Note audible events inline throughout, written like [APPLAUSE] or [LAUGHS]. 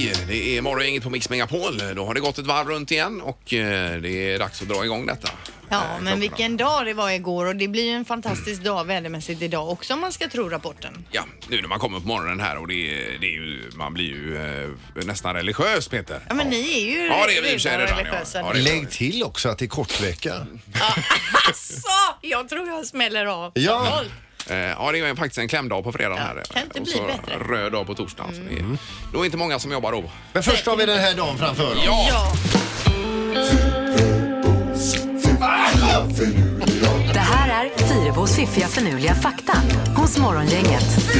är Morgongänget på Mix Megapol. Då har det gått ett varv runt igen och eh, det är dags att dra igång detta. Eh, Ja, klockorna. men vilken dag det var igår och det blir ju en fantastisk dag vädermässigt idag också om man ska tro rapporten. Ja, nu när man kommer på morgonen här och det, är- det är ju, man blir ju eh, nästan religiös Peter. Ja, men ni är ju Ja, det är vi i och för sig redan redan, ja. religiösa. Ja, det är- Lägg till också att det är kortvecka. Asså, jag tror jag smäller av. Ja. Som folk. Eh, Ja, det är ju faktiskt en klämdag på fredagen här. kan inte och bli så bättre. Mm. röd dag på torsdagen. Så det är, då är inte många som jobbar då. Men först har vi den här dagen framför oss. Ja, Det här är Fyrebos fiffiga förnuliga fakta hos Morgongänget.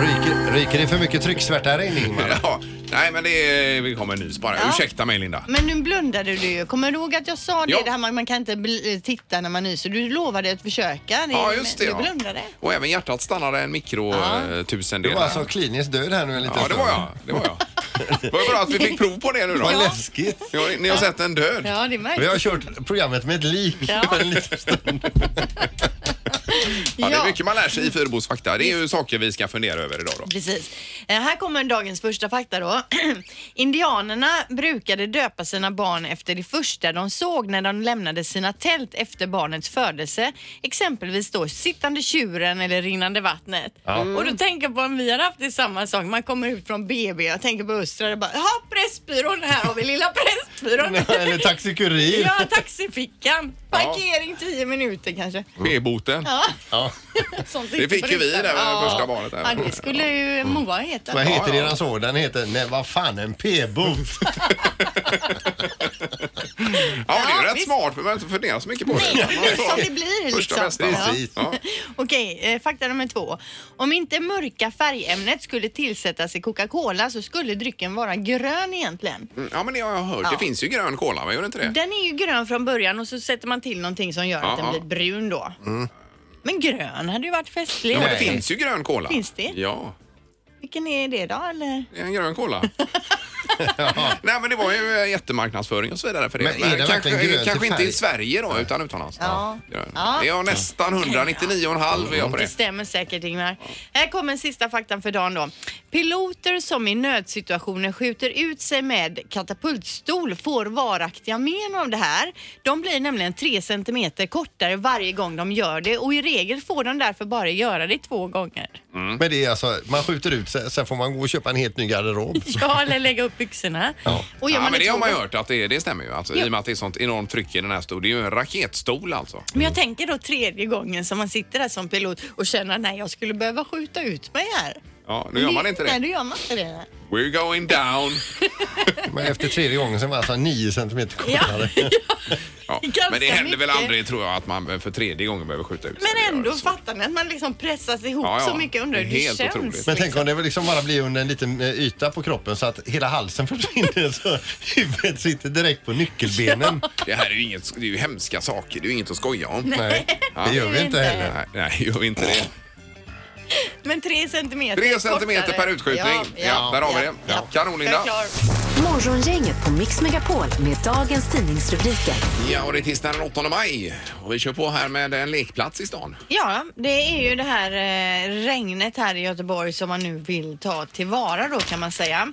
Ryker, ryker det för mycket trycksvärta här inne Ingmar? Ja, nej men det är, vi kommer en nys bara. Ursäkta mig Linda. men nu blundade du ju. Kommer du ihåg att jag sa det? Ja. det här, man, man kan inte bli, eh, titta när man nyser. Du lovade att försöka. Det, Ja, just det. men Du Ja. blundade. Och även hjärtat stannade en eh, Du mikrotusendel. var alltså kliniskt död här nu en liten Ja, det var jag. stund. Det var jag. Vad bra att vi [LAUGHS] fick prov på det nu då. Vad läskigt. Ni har, ni har sett en död. Ja, det Vi märks. har kört programmet med ett lik Ja. en [LAUGHS] liten stund. Ja, det är mycket man lär sig i Fyrebos fakta. Det är ju saker vi ska fundera över idag då. Precis. Eh, här kommer dagens första fakta då. [CLEARS THROAT] Indianerna brukade döpa sina barn efter det första de såg när de lämnade sina tält efter barnets födelse. Exempelvis då sittande tjuren eller rinnande vattnet. Och då tänker jag på om vi har haft det samma sak. Man kommer ut från BB, jag tänker på Östra, och bara ja Pressbyrån, här har vi lilla [LAUGHS] Pressbyrån. Eller taxikurir. Ja, taxifickan. Parkering 10 minuter kanske. P-boten. Ja. [LAUGHS] Sånt Det fick ju vi brukar- där med Ja. första barnet där. Ja, det skulle ju Moa heta. Vad heter deras så? Den heter, nej vad fan, en p-bot. Ja, det är ju Ja, rätt visst. smart. Man behöver inte fundera så mycket på det. Nej, som det blir Första liksom. bästa. Precis. Ja. Okej, eh, fakta nummer två. Om inte mörka färgämnet skulle tillsättas i Coca-Cola så skulle drycken vara grön egentligen. Mm, Ja, men det har jag hört. Det Ja. finns ju grön cola, men gör det inte det? Den är ju grön från början och så sätter man till någonting som gör att Ja, den ja. Mm. blir brun då. Men grön hade ju varit festlig. Ja, men det Nej. finns ju grön cola. Finns det? Ja, Vilken är det då eller? det är en grön cola. [LAUGHS] Nej, men det var ju eh, jättemarknadsföring och så vidare för det. Men är den kanske, verkligen grön till kanske inte i färg? Sverige då, utan utomlands. Ja. Grön. Ja. Det är jag nästan 199,5 är jag på Det det. stämmer säkert Ingmar. Här kommer sista faktan för dagen då. Piloter som i nödsituationer skjuter ut sig med katapultstol får varaktiga men av det här. De blir nämligen 3 centimeter kortare varje gång de gör det och i regel får de därför bara göra det två gånger. [LAUGHS] Mm. Men det är alltså, man skjuter ut sig, sen får man gå och köpa en helt ny garderob. Ja, eller lägga upp byxorna. Ja. Och gör Ja, man men det två har man ju gånger- hört att det, det stämmer ju. Alltså, I Jo. och med att det är sånt enormt tryck i den här stolen. Det är ju en raketstol alltså. Men jag tänker då tredje gången som man sitter där som pilot och känner nej jag skulle behöva skjuta ut mig här. Ja, nu gör man inte Nej, det. då gör man inte det. We're going down. Men efter tredje gången så var alltså 9 centimeter [LAUGHS] kortare. Ja. [LAUGHS] Ganska Men det händer väl mycket. aldrig tror jag att man eh, för tredje gången behöver skjuta ut sig. Det gör Men ändå det så. fattar ni att man liksom pressas ihop Ja, ja. så mycket under Det är hur det helt känns. otroligt. Men tänk om det liksom bara blir under en liten eh, yta på kroppen så att hela halsen [LAUGHS] försvinner så huvudet sitter direkt på [LAUGHS] nyckelbenen. Det här är ju, inget, det är ju hemska saker. Det är ju inget att skoja om. Nej, det gör vi inte heller. Nej, nej, gör vi inte det. Men tre centimeter Tre centimeter kortare. per utskjutning. Ja, där har vi det. ja. Kanon, Linda. Jag är klar. Morgongänget på Mix Megapol med dagens tidningsrubriker. Ja, och det är tisdagen den 8 maj. Och vi kör på här med en lekplats i stan. Ja, det är ju det här eh, regnet här i Göteborg som man nu vill ta tillvara då kan man säga.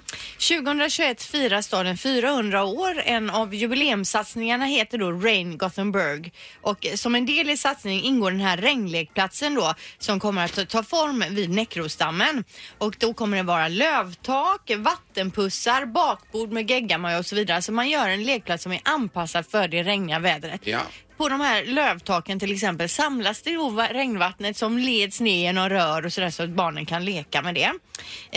2021 firar staden 400 år. En av jubileumssatsningarna heter då Rain Gothenburg och eh, som en del i satsningen ingår den här regnlekplatsen då som kommer att ta- ta form vid Näckrosdammen och då kommer det vara lövtak, vattenpussar, bakbord med geggamoja och så vidare. Så man gör en lekplats som är anpassad för det regniga vädret. Ja. På de här lövtaken till exempel samlas det då va- regnvattnet som leds ner genom rör och sådär så att barnen kan leka med det.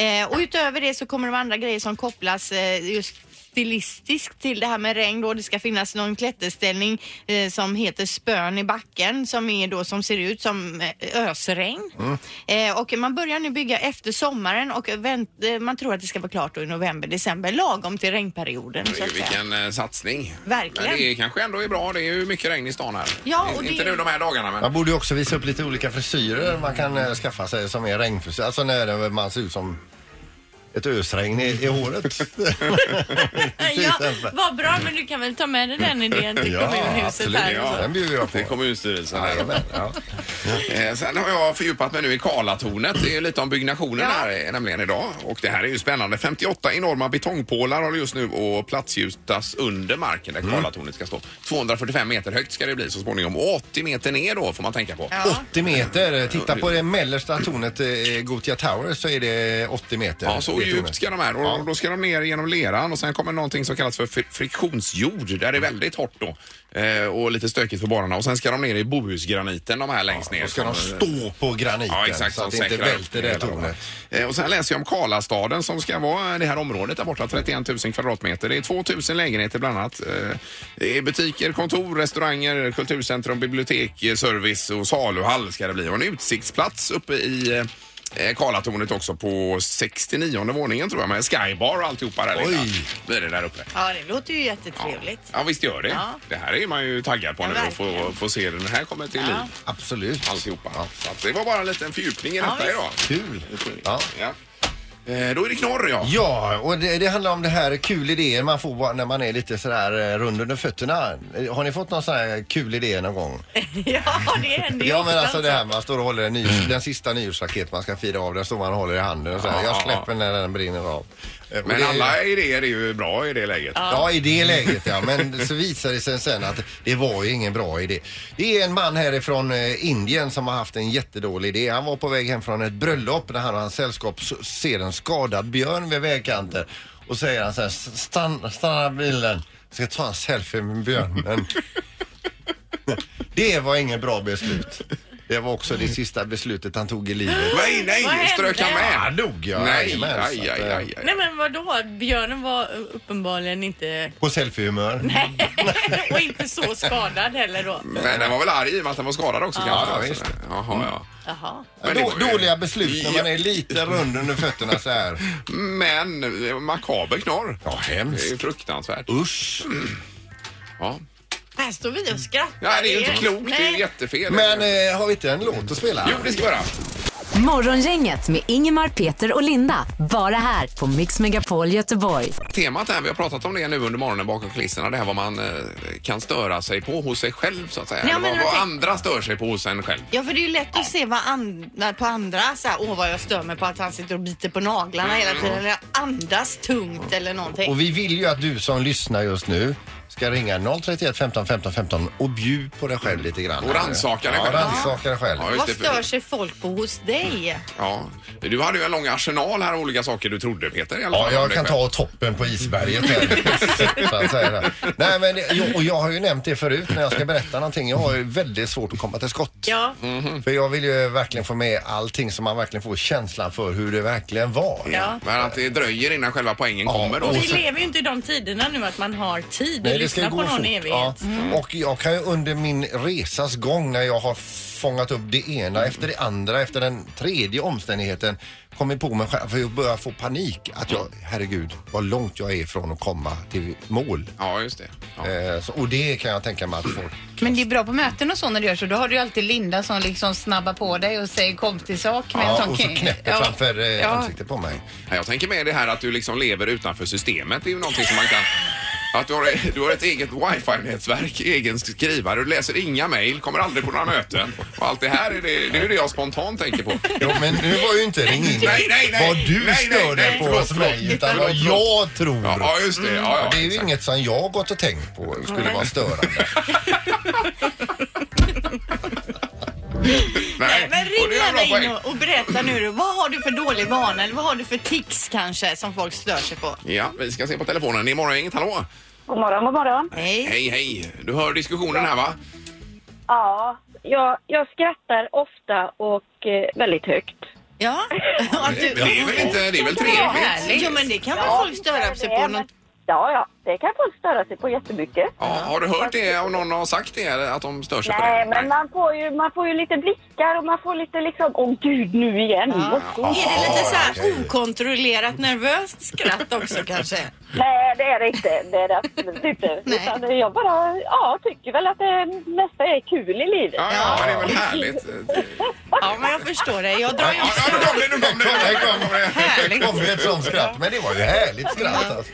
Eh, och utöver det så kommer det vara andra grejer som kopplas eh, just stilistiskt till det här med regn då. Det ska finnas någon klätterställning eh, som heter spön i backen som är då som ser ut som eh, ösregn. Eh, och man börjar nu bygga efter sommaren och vänt, eh, man tror att det ska vara klart då i november, december lagom till regnperioden. Så att säga. Vilken eh, satsning. Verkligen. Men det är, kanske ändå är bra. Det är ju mycket regn i stan här. Ja, och In- det- Inte nu de här dagarna, men... Man borde ju också visa upp lite olika frisyrer man kan eh, skaffa sig som är regnfrisyr. Alltså när man ser ut som ett ösregn i, i [LAUGHS] håret. ja, alltså. vad bra, men du kan väl ta med dig den [LAUGHS] idén till kommunhuset här. ja. Den bjuder jag på. Det är kommunstyrelsen här. Jajamän, ja. Eh, Sen har jag fördjupat mig nu i Karlatornet. Det är ju lite om byggnationen Ja. där eh, nämligen idag. Och det här är ju spännande. 58 enorma betongpålar har just nu och platsgjutas under marken där Karlatornet ska stå. 245 meter högt ska det bli så småningom. Och 80 meter ner då får man tänka på. Ja. 80 meter. Titta på det mellersta tornet, eh, Gotia Tower, så är det 80 meter. Ja, så Det djupt tornet. ska de här. Och då ska de ner genom leran och sen kommer någonting som kallas för fri- friktionsjord. Där det Mm. är väldigt hårt då. Eh, och lite stökigt för barnen. Och sen ska de ner i Bohusgraniten de här längst ner. Då ska de Som- stå på graniten Ja, exakt. så att det som inte säkrar välter upp det hela tornet. dem. Eh, Och sen läser jag om Karlastaden som ska vara det här området där borta, 31 000 kvadratmeter. Det är 2 000 lägenheter bland annat. Eh, Det är butiker, kontor, restauranger, kulturcentrum, bibliotek, eh, service och saluhall ska det bli. Och en utsiktsplats uppe i eh, Karlatornet också på 69 våningen tror jag med skybar och alltihopa där lilla. Oj. blir det där uppe. ja, det låter ju jättetrevligt. Ja visst gör det. Ja. Det här är man ju taggad på Ja, nu och få, verkligen. få se den här kommer till Ja. liv Absolut. alltihopa. Så att det var bara en liten fördjupning i Ja, detta visst. idag. Kul. Ja. Ja. Eh, Då är det knorr, ja. Ja, och det, det handlar om det här kul idéer man får bara när man är lite sådär eh, rund under fötterna. Eh, Har ni fått någon sån här kul idé någon gång? [LAUGHS] Ja, det händer ju Ja men ofta alltså det här man står och håller en ny, Mm. den sista nyårsraket man ska fira av, den står man och håller i handen och säger Ja, jag ja, släpper när den brinner av. Eh, och Men det- alla idéer är ju bra i det läget. Ja, i det läget ja. Men så visade det sig sen att det var ju ingen bra idé. Det är en man härifrån eh, Indien som har haft en jättedålig idé. Han var på väg hem från ett bröllop när han och hans sällskap s- ser en skadad björn vid vägkanten. Och säger han så här, stanna, stanna bilen. Jag ska ta en selfie med björnen. det var inget bra beslut. Det var också det sista beslutet han tog i livet. Nej, Vad nej, hände? strök han med? Han dog, ja. Nej, Jajamän, aj, så att, aj, eh, aj, aj. Nej men vadå, björnen var uppenbarligen inte, [LAUGHS] På selfiehumör. och inte så skadad heller då. Men den var väl arg i och med att den var skadad också kanske? ja, Alltså. visst. Mm. Jaha, ja. Jaha. Men det Då, var ju- dåliga beslut när man är lite rund under fötterna så här. Men eh, makaber knorr. Ja, Det är hemskt. ju fruktansvärt. Usch. Ja. Här står vi och skrattar. Nej, det är ju inte klokt. Det är ju Nej. jättefel. Men eh, har vi inte en låt att spela? Jo, det ska vi göra. Morgongänget med Ingemar, Peter och Linda. Bara här på Mix Megapol Göteborg. Temat här, vi har pratat om det nu under morgonen bakom kulisserna, det här vad man eh, kan störa sig på hos sig själv så att säga. Ja, Eller men vad, jag vad tänk- andra stör sig på hos en själv. Ja, för det är ju lätt att se vad andra, på andra, så här, åh vad jag stör mig på att han sitter och biter på naglarna hela tiden Mm. eller andas tungt eller någonting. Och vi vill ju att du som lyssnar just nu ska ringa 031 15 15 15 och bjud på dig själv lite grann. Och rannsaka dig Ja, själv. rannsaka dig själv. Ja, just Vad det, för- stör sig folk på hos dig? Ja, du hade ju en lång arsenal här av olika saker du trodde Peter i alla Ja, fall. om jag dig kan själv. ta toppen på [LAUGHS] isberget här. så att säga. det. Nej, men det- jo, och jag har ju nämnt det förut när jag ska berätta någonting. Jag har ju väldigt svårt att komma till skott. Ja, Mm. För jag vill ju verkligen få med allting så man verkligen får känslan för hur det verkligen var. ja. Men att det dröjer innan själva poängen Ja, kommer då. Och och vi sen- lever ju inte i de tiderna nu att man har tid att det ska lyssna på gå någon fort. evighet. Ja. Mm. Och jag kan ju under min resas gång när jag har fångat upp det ena Mm. efter det andra efter den tredje omständigheten kommit på mig själv för jag börjar få panik att jag, herregud, vad långt jag är från att komma till mål. Ja, just det. Ja. Eh, så, och det kan jag tänka mig att folk... Men det är bra på möten och så när du gör så. Då har du ju alltid Linda som liksom snabbar på dig och säger kom till sak. med en Ja, sån och så kn- knäpper Ja. framför eh, Ja. ansiktet på mig. Ja, Jag tänker med det här att du liksom lever utanför systemet. Det är ju någonting som man kan... Att du har, du har ett eget wifi-nätverk, egen skrivare, du läser inga mejl, kommer aldrig på några möten. Och allt det här är det, det, är ju det jag spontant tänker på. Jo, men nu var ju inte ring in Nej, nej, nej. vad du Nej, nej, nej, stör dig på förlåt, hos förlåt. mig utan vad Förlåt, förlåt. jag tror. Ja, ja just det. Ja, ja, det är ju exakt. inget som jag har gått och tänkt på skulle vara störande. Nej, men och ring det är en bra gärna in poäng. och, och berätta nu då. Vad har du för dålig vana eller vad har du för tics kanske som folk stör sig på? Ja, vi ska se på telefonen. Det är morgongänget, hallå? God morgon, god morgon. Nej. Hej, hej. Du hör diskussionen här va? Ja, jag, jag skrattar ofta och eh, väldigt högt. [LAUGHS] Ja. Att Det är väl, inte, det är väl trevligt? Härligt. Jo men det kan väl folk störa sig på. det, Något. men- Ja, ja, det kan folk störa sig på jättemycket. Ja, har du hört det om någon har sagt det, eller att de stör sig på det? Nej, men man får, ju, man får ju lite blickar och man får lite liksom, åh gud, nu igen. Är det lite så här okontrollerat nervöst skratt också kanske? Nej, det är det inte. Det är det absolut inte. Nej. Utan jag bara, ja, tycker väl att det mesta är kul i livet. Ja, ja, det är väl härligt. Ja, men jag förstår det. Jag drar ju Ja, också... nu kom det, nu kom det, nu Här kom- kom det. Det Härligt. kom ju ett sånt skratt, men det var ju härligt skratt alltså.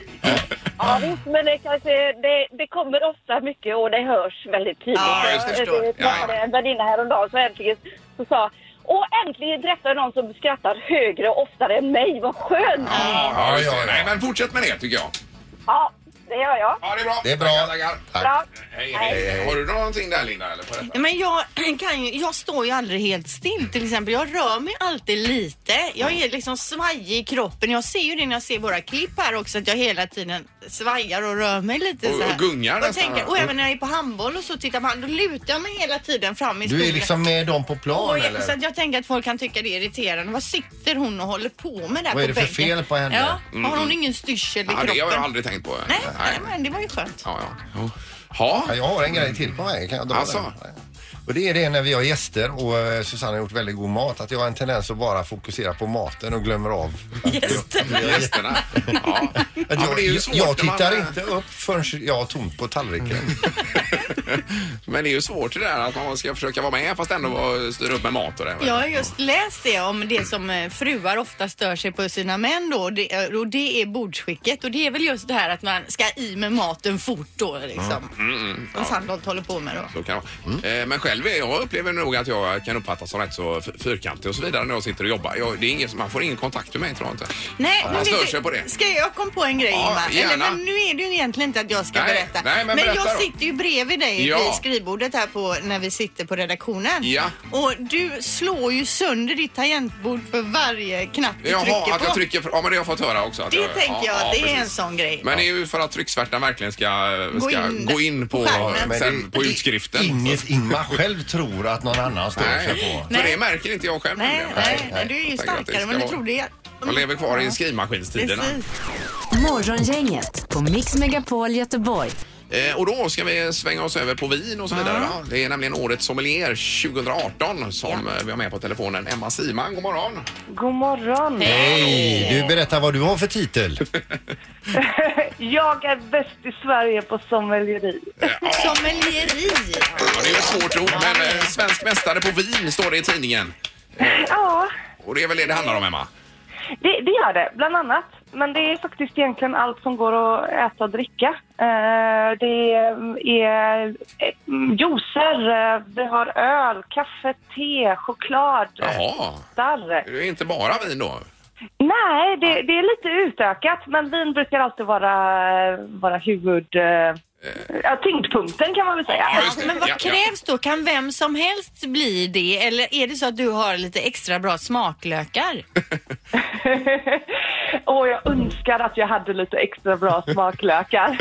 Ja, visst, men det, kanske, det, det kommer ofta mycket och det hörs väldigt tydligt. Ja, jag förstår. Det- det- Jag hade en väninna häromdagen som äntligen så sa och äntligen träffar jag någon som skrattar högre och oftare än mig. Vad skönt! Ja, just det. Nej, men fortsätt med det tycker jag. Ja, det gör jag. Ja, det är bra. Det är bra. Tackar, tackar. Bra. Hej, hej. Har du någonting där Linda? Eller på detta? Ja, Men jag, [CLEARS THROAT] kan ju, jag står ju aldrig helt still till exempel. Jag rör mig alltid lite. Jag är liksom svajig i kroppen. Jag ser ju det när jag ser våra klipp här också att jag hela tiden svajar och rör mig lite Och- så här. och gungar och, nästan, tänker, va? och Mm. även när jag är på handboll och så tittar man, då lutar jag mig hela tiden fram i Du är stolen. liksom med dem på Och plan jag- så eller? att jag tänker att folk kan tycka det är irriterande. Vad sitter hon och håller på med där Vad på är det för bänken? fel på henne? Mm, Ja, har hon ingen styrsel i Ja, kroppen? det har jag aldrig tänkt på. Nej, nej, men det var ju skönt. Ja, ja. Ja, Ja, jag har en grej till på mig. Kan jag dra Alltså? den? Och det är det när vi har gäster och eh, Susanne har gjort väldigt god mat att jag har en tendens att bara fokusera på maten och glömmer [LAUGHS] av. Gästerna. gästerna. Ja. Ja, Att men jag, det är Mm. ju jag, svårt jag när tittar man- inte upp förrän jag har tomt på tallriken. Men det är ju svårt det där att man ska försöka vara med fast ändå vara- styra upp med mat och det. Jag har just läst det om det som eh, fruar ofta stör sig på sina män då och det, eh, och det är bordsskicket och det är väl just det här att man ska i med maten fort då liksom. Mm, Som Sandholt håller på med då. Så kan det vara. Eh, Men själv är- jag upplever nog att jag kan uppfattas som rätt så f- fyrkantig och så vidare när jag sitter och jobbar. Jag, det är ingen, som- man får ingen kontakt med mig tror jag inte. Nej, Man men vet stör du, sig på det. Ska jag komma på en grej Ja, Ingmar? Eller, gärna. men nu är det ju egentligen inte att jag ska Nej, berätta. nej, men berätta jag då. sitter ju bredvid dig Ja. i skrivbordet här på, när vi sitter på redaktionen. Ja. Och du slår ju sönder ditt tangentbord för varje knapp du trycker Jaha, på. att jag trycker... Ja, men det har jag fått höra också. Att Det tänker jag, ja, det är en precis. sån grej. Men det är ju för att trycksvärtan verkligen ska gå Gå ska in, in- gå in på, på skärmen. Men sen, det- på utskriften. Inget Ingmar själv tror att någon annan står sig Nej, på. för det märker inte jag själv. Nej, nämligen. nej, nej, nej. du är ju Jag tänker att det starkare ska men du vara- trodde jag... Jag lever kvar i skrivmaskinstiderna. Precis. Morgongänget på Mix Megapol Göteborg. Eh, och då ska vi svänga oss över på vin och så vidare. Va? Det är nämligen årets sommelier 2018 som eh, vi har med på telefonen. Emma Siman, god morgon. God morgon! Hej! Du berättar vad du har för titel. Jag är bäst i Sverige på sommelieri. Sommelieri. Ja, det är ju ett svårt ord, men eh, svensk mästare på vin står det i tidningen. Ja, Och det är väl det det handlar om, Emma? det, det gör det, bland annat. Men det är faktiskt egentligen allt som går att äta och dricka. Eh, det är eh, juicer, eh, vi har öl, kaffe, te, choklad, Jaha, starr. det är inte bara vin då? Nej, det, det är lite utökat, men vin brukar alltid vara, vara huvud... Eh, ja, tyngdpunkten kan man väl säga. Ja, just det. Men vad Ja, ja. krävs då? Kan vem som helst bli det? Eller är det så att du har lite extra bra smaklökar? [LAUGHS] [LAUGHS] Och jag önskar att jag hade lite extra bra [LAUGHS] smaklökar.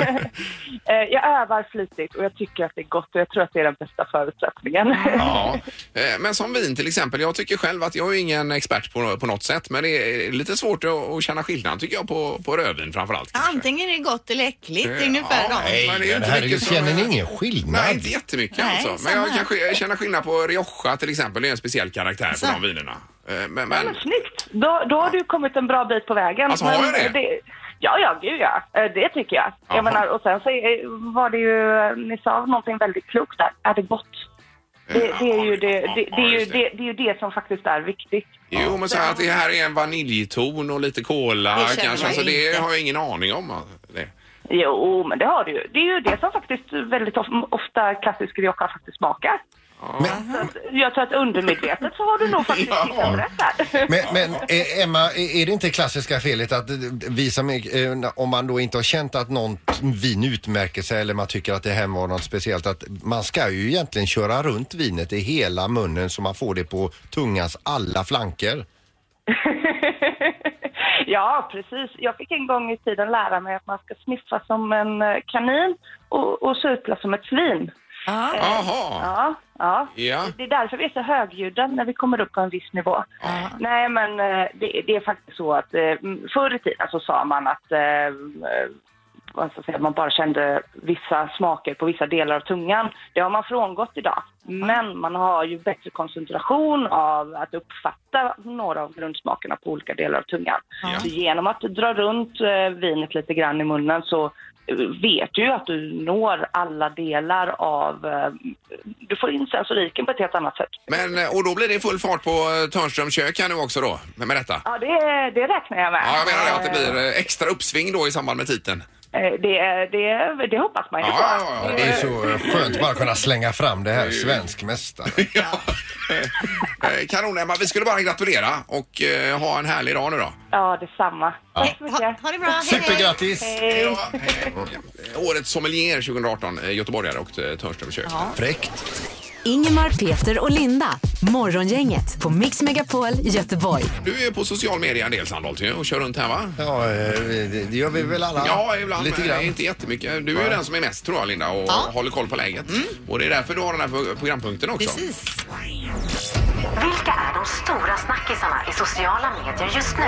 Eh, jag övar flitigt och jag tycker att det är gott och jag tror att det är den bästa förutsättningen. Ja, eh, men som vin till exempel. Jag tycker själv att jag är ju ingen expert på, på något sätt, men det är lite svårt att, att känna skillnad tycker jag på, på rödvin framförallt. Antingen är det gott eller äckligt. Det är ungefär Ja, dem. nej. Men det är ju inte mycket herregud, som- känner ni ingen skillnad? Nej, inte jättemycket Nej, alltså. Men samma jag här. kanske känner skillnad på Rioja till exempel. Det är en speciell karaktär på de vinerna. Eh, Men, men, Men [LAUGHS] snyggt! Då, då har du kommit en bra bit på vägen. Alltså, har jag Men eh, det? ja, ja, gud ja. Eh, Det tycker jag. Jaha. jag menar, och sen så eh, var det ju, eh, ni sa någonting väldigt klokt där. Är det gott? Eh, Det, det är ju det, det, det, är ju, det, det, är ju det som faktiskt är viktigt. Jo, men så här att det här är en vaniljton och lite Det kola känner kanske. man Alltså, det inte. har jag ingen aning om. va? Det. Jo, men det har du ju. Det är ju det som faktiskt väldigt of, ofta klassisk rioja faktiskt smakar. Så att, jag tror att undermedvetet så har du nog faktiskt Ja. hittat rätt där. [LAUGHS] Men, men eh, Emma, är är det inte klassiska felet att eh, vi som, är- eh, om man då inte har känt att någon vin utmärker sig eller man tycker att det här var något speciellt, att man ska ju egentligen köra runt vinet i hela munnen så man får det på tungans alla flanker. ja, precis. Jag fick en gång i tiden lära mig att man ska sniffa som en eh, kanin och, och supla som ett svin. Jaha. Ja, ja. Ja. Det är därför vi är så högljudda när vi kommer upp på en viss nivå. Nej, men eh, det, det är faktiskt så att eh, mm, förr i tiden så sa man att eh, eh, vad ska jag säga, man bara kände vissa smaker på vissa delar av tungan. Det har man frångått idag. Men man har ju bättre koncentration av att uppfatta några av grundsmakerna på olika delar av tungan. Ja. Så genom att dra runt eh, vinet lite grann i munnen så vet du ju att du når alla delar av... eh, Du får in sensoriken på ett helt annat sätt. Men, eh, och då blir det full fart på eh, Törnströms kök här nu också då, med med detta? Ja, det, det räknar jag med. Ja, jag menar det, att det blir eh, extra uppsving då i samband med titeln. Eh, Det, det, det hoppas man ju på. Ja, ja, ja. Det är så eh, skönt bara kunna slänga fram det här, svensk mästare. ja. [LAUGHS] Eh, Kanon Emma, vi skulle bara gratulera och eh, ha en härlig dag nu då. Ja, detsamma. Tack så Ha, mycket. ha det bra. Hej, hej. Supergrattis! Hej. Ja, hej, hej. Eh, Årets sommelier 2018, eh, göteborgare och eh, Törnströms kök. Fräckt! Ingemar, Peter och Linda. Morgongänget på Mix Megapol Göteborg. Du är på social media en del Sandholt ju, och kör runt här va? Ja, eh, det det gör vi väl alla? Ja, ibland. Lite men grann. Inte jättemycket. Du är ju den som är mest tror jag Linda och håller koll på läget. Och det är därför du har den här pro- programpunkten också. Mm. Precis. Vilka är de stora snackisarna i sociala medier just nu?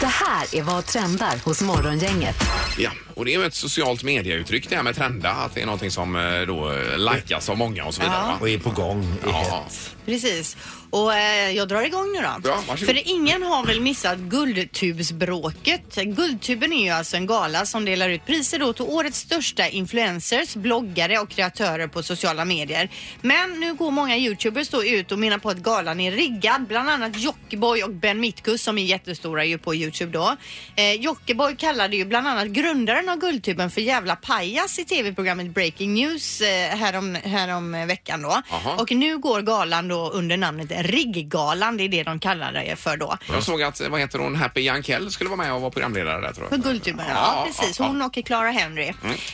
Det här är vad trendar hos Morgongänget. Ja, och det är ju ett socialt medieuttryck det här med trenda, att det är någonting som eh, då eh, likas av många och så vidare. va? Och är på gång. Ja. Precis. Och eh, jag drar igång nu då. Ja, varsågod. För ingen har väl missat Guldtubsbråket. Guldtuben är ju alltså en gala som delar ut priser då till årets största influencers, bloggare och kreatörer på sociala medier. Men nu går många youtubers då ut och menar på att galan är riggad. Bland annat Jockiboi och Ben Mitkus som är jättestora ju på Youtube då. Eh, Jockiboi kallade ju bland annat grundaren av Guldtuben för jävla pajas i tv-programmet Breaking News eh, härom, härom eh, veckan då. Aha. Och nu går galan då under namnet Rigggalan, det är det de kallar det för då. Jag såg att, eh, vad heter hon, Happy Jankell skulle vara med och vara programledare där tror På jag. Guldtuben, ja, Ja, Mm. precis. ja, ja. Hon och Clara Henry.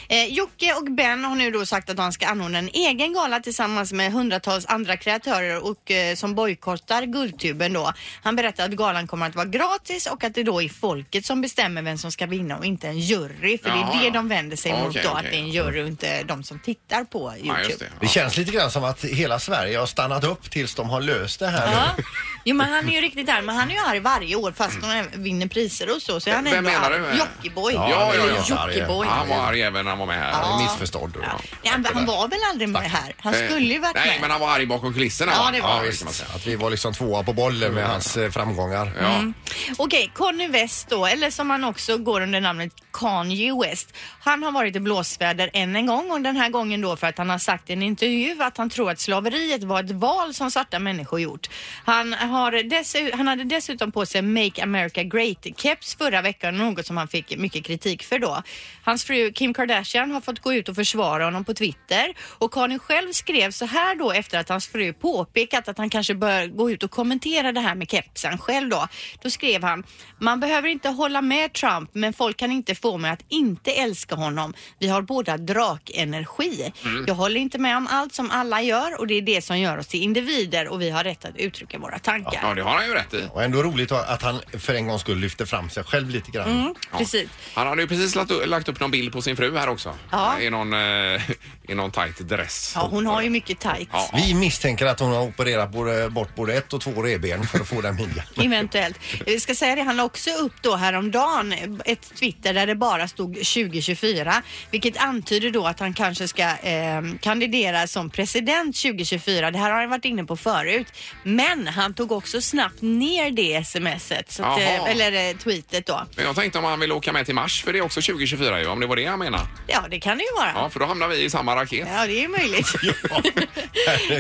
Eh, Jocke och Ben har nu då sagt att de ska anordna en egen gala tillsammans med hundratals andra kreatörer och eh, som bojkottar Guldtuben då. Han berättar att galan kommer att vara gratis och att det då är folket som bestämmer vem som ska vinna och inte en jury. För det Jaha, är det ja. de vänder sig Ja, mot okej, då, okej, att det är en jury och inte de som tittar på Youtube. Ja, just det. Det känns lite grann som att hela Sverige har stannat upp tills de har löst det här nu. Ja. Jo men han är ju riktigt arg, men han är ju arg varje år fast han vinner priser och så. så är han Mm. Vem ändå menar arg. du? Jockiboi. Ja, ja, ja. Eller Han är ju Jockiboi. Ja, Han var arg även när han var med här. Det är missförstådd. då. Ja. Nej, Han, han var väl aldrig med här? Han skulle ju varit Eh, Nej, med. men han var arg bakom kulisserna. Ja, va? det var ja, han. kan man säga. Att vi var liksom tvåa på bollen med hans eh, framgångar. Ja. Mm. Okej, Conny West då, eller som han också går under namnet Kanye West. Han har varit i blåsväder än en gång och den här gången då för att han har sagt i en intervju att han tror att slaveriet var ett val som svarta människor gjort. Han, har dessu- han hade dessutom på sig Make America Great-keps förra veckan, något som han fick mycket kritik för då. Hans fru Kim Kardashian har fått gå ut och försvara honom på Twitter och Kanye själv skrev så här då efter att hans fru påpekat att han kanske bör gå ut och kommentera det här med kepsen själv då. Då skrev han, man behöver inte hålla med Trump men folk kan inte få mig att inte älska honom. Vi har båda drakenergi. Mm. Jag håller inte med om allt som alla gör och det är det som gör oss till individer och vi har rätt att uttrycka våra tankar. ja, det har han ju rätt i. Och ändå roligt att han för en gångs skull lyfter fram sig själv lite grann. Mm. Ja. Precis. Han hade ju precis lagt, lagt upp någon bild på sin fru här också. Ja. I, någon, eh, [LAUGHS] I någon tight dress. Ja, hon har ju mycket tights. Ja. Vi misstänker att hon har opererat både, bort både ett och två revben för att få [LAUGHS] den midjan. Eventuellt. Vi ska säga det, han la också upp då häromdagen ett Twitter där det bara stod 2024, vilket antyder då att han kanske ska eh, kandidera som president 2024. Det här har han varit inne på förut, men han tog också snabbt ner det smset, så Jaha. att, eh, eller eh, tweetet då. Men jag tänkte om han vill åka med till Mars, för det är också 2024 ju, om det var det han menade. Ja, det kan det ju vara. Ja, för då hamnar vi i samma raket. Ja, det är [LAUGHS] ju möjligt.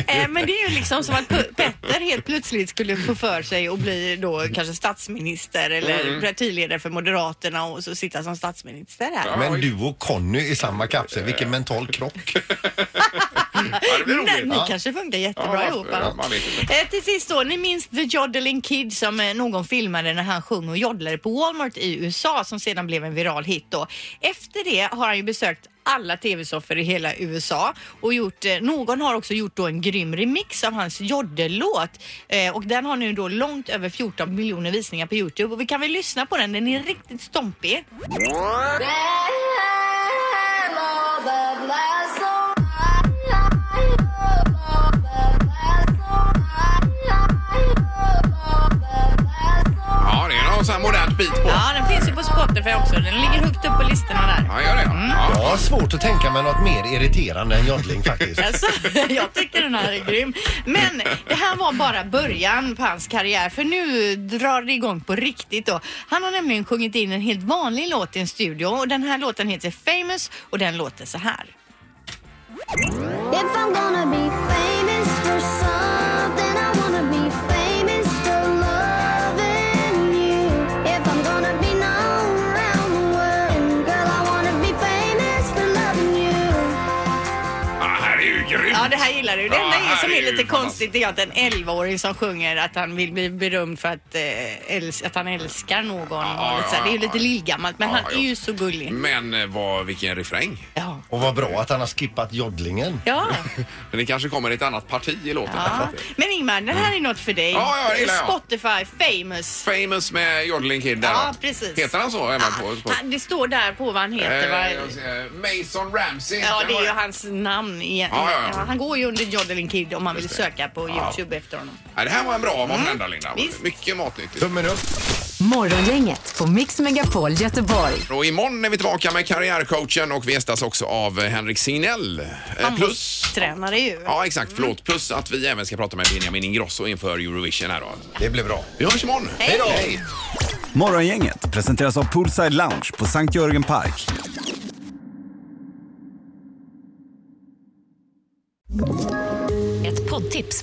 Eh, Men det är ju liksom som att Pe- Petter helt plötsligt skulle få för sig och bli då kanske statsminister Mm. eller partiledare för Moderaterna och så sitta som statsminister här. Men du och Conny i samma kapsel, vilken mental krock. Ja, det blir roligt. Nej, ni Ja. kanske funkar Ja, jättebra ja, ihop. ja, man vet inte. Eh, Till sist då, ni minns The Jodeling Kid som eh, någon filmade när han sjöng och joddlade på Walmart i USA som sedan blev en viral hit då. Efter det har han ju besökt alla tv-soffor i hela USA och gjort, eh, någon har också gjort då en grym remix av hans joddellåt eh, och den har nu då långt över 14 miljoner visningar på Youtube och vi kan väl lyssna på den, den är riktigt stompig. Ja, det är någon sån här modernt bit på. [LAUGHS] Ja, den finns ju på Spotify också, den ligger högt upp på listorna där. Ja, gör det. Ja. Ja, svårt att tänka mig något mer irriterande än joddling [LAUGHS] faktiskt. Alltså, jag tycker den här är grym. Men det här var bara början på hans karriär för nu drar det igång på riktigt då. Han har nämligen sjungit in en helt vanlig låt i en studio och den här låten heter Famous och den låter så här. If I'm gonna be famous for something, I wanna be famous for loving you. If I'm gonna be known around the world, girl, I wanna be famous for loving you. Ah, här är ju grymt! Ja, det här gillar du. Det Ja, enda är- som här är lite ju konstigt är att en 11-åring som sjunger att han vill bli berömd för att, eh, äls- att han älskar någon. Ja, och så här. det är ju ja, lite ja. lillgammalt men Ja, han ja. är ju så gullig. Men eh, vad, vilken refräng. [LAUGHS] Ja. Och vad bra att han har skippat joddlingen. Ja. Men det kanske kommer ett annat parti i låten. ja. [LAUGHS] Men Ingmar, den här är något för dig. Ja, ja, det gillar jag. Spotify famous. Famous med Jodling Kid där Ja, va? precis. Heter han så? Även på, på, Ah, det står där på vad han heter. Eh, va? jag ser, Mason Ramsey. Ja, heter det han, är ju va? hans namn. Igen. Ja, ja, ja. Ja, Han går ju under Jodelin Kid om man vill Just det. söka på Ja. Youtube efter honom. Ja, det här var en bra matblända, Linda. Mm. Visst. Mycket matnyttigt. Tummen upp. Morgongänget på Mix Megapol Göteborg. Och imorgon är vi tillbaka med karriärcoachen och vi gästas också av eh, Henrik Signell. Eh, Plus... Tränare ju. Ja, exakt. Förlåt. Plus att vi även ska prata med Benjamin Ingrosso inför Eurovision här då. Det blir bra. Vi hörs imorgon. Hej då. Hej. Morgongänget presenteras av Poolside Lounge på Sankt Jörgen Park. Ett poddtips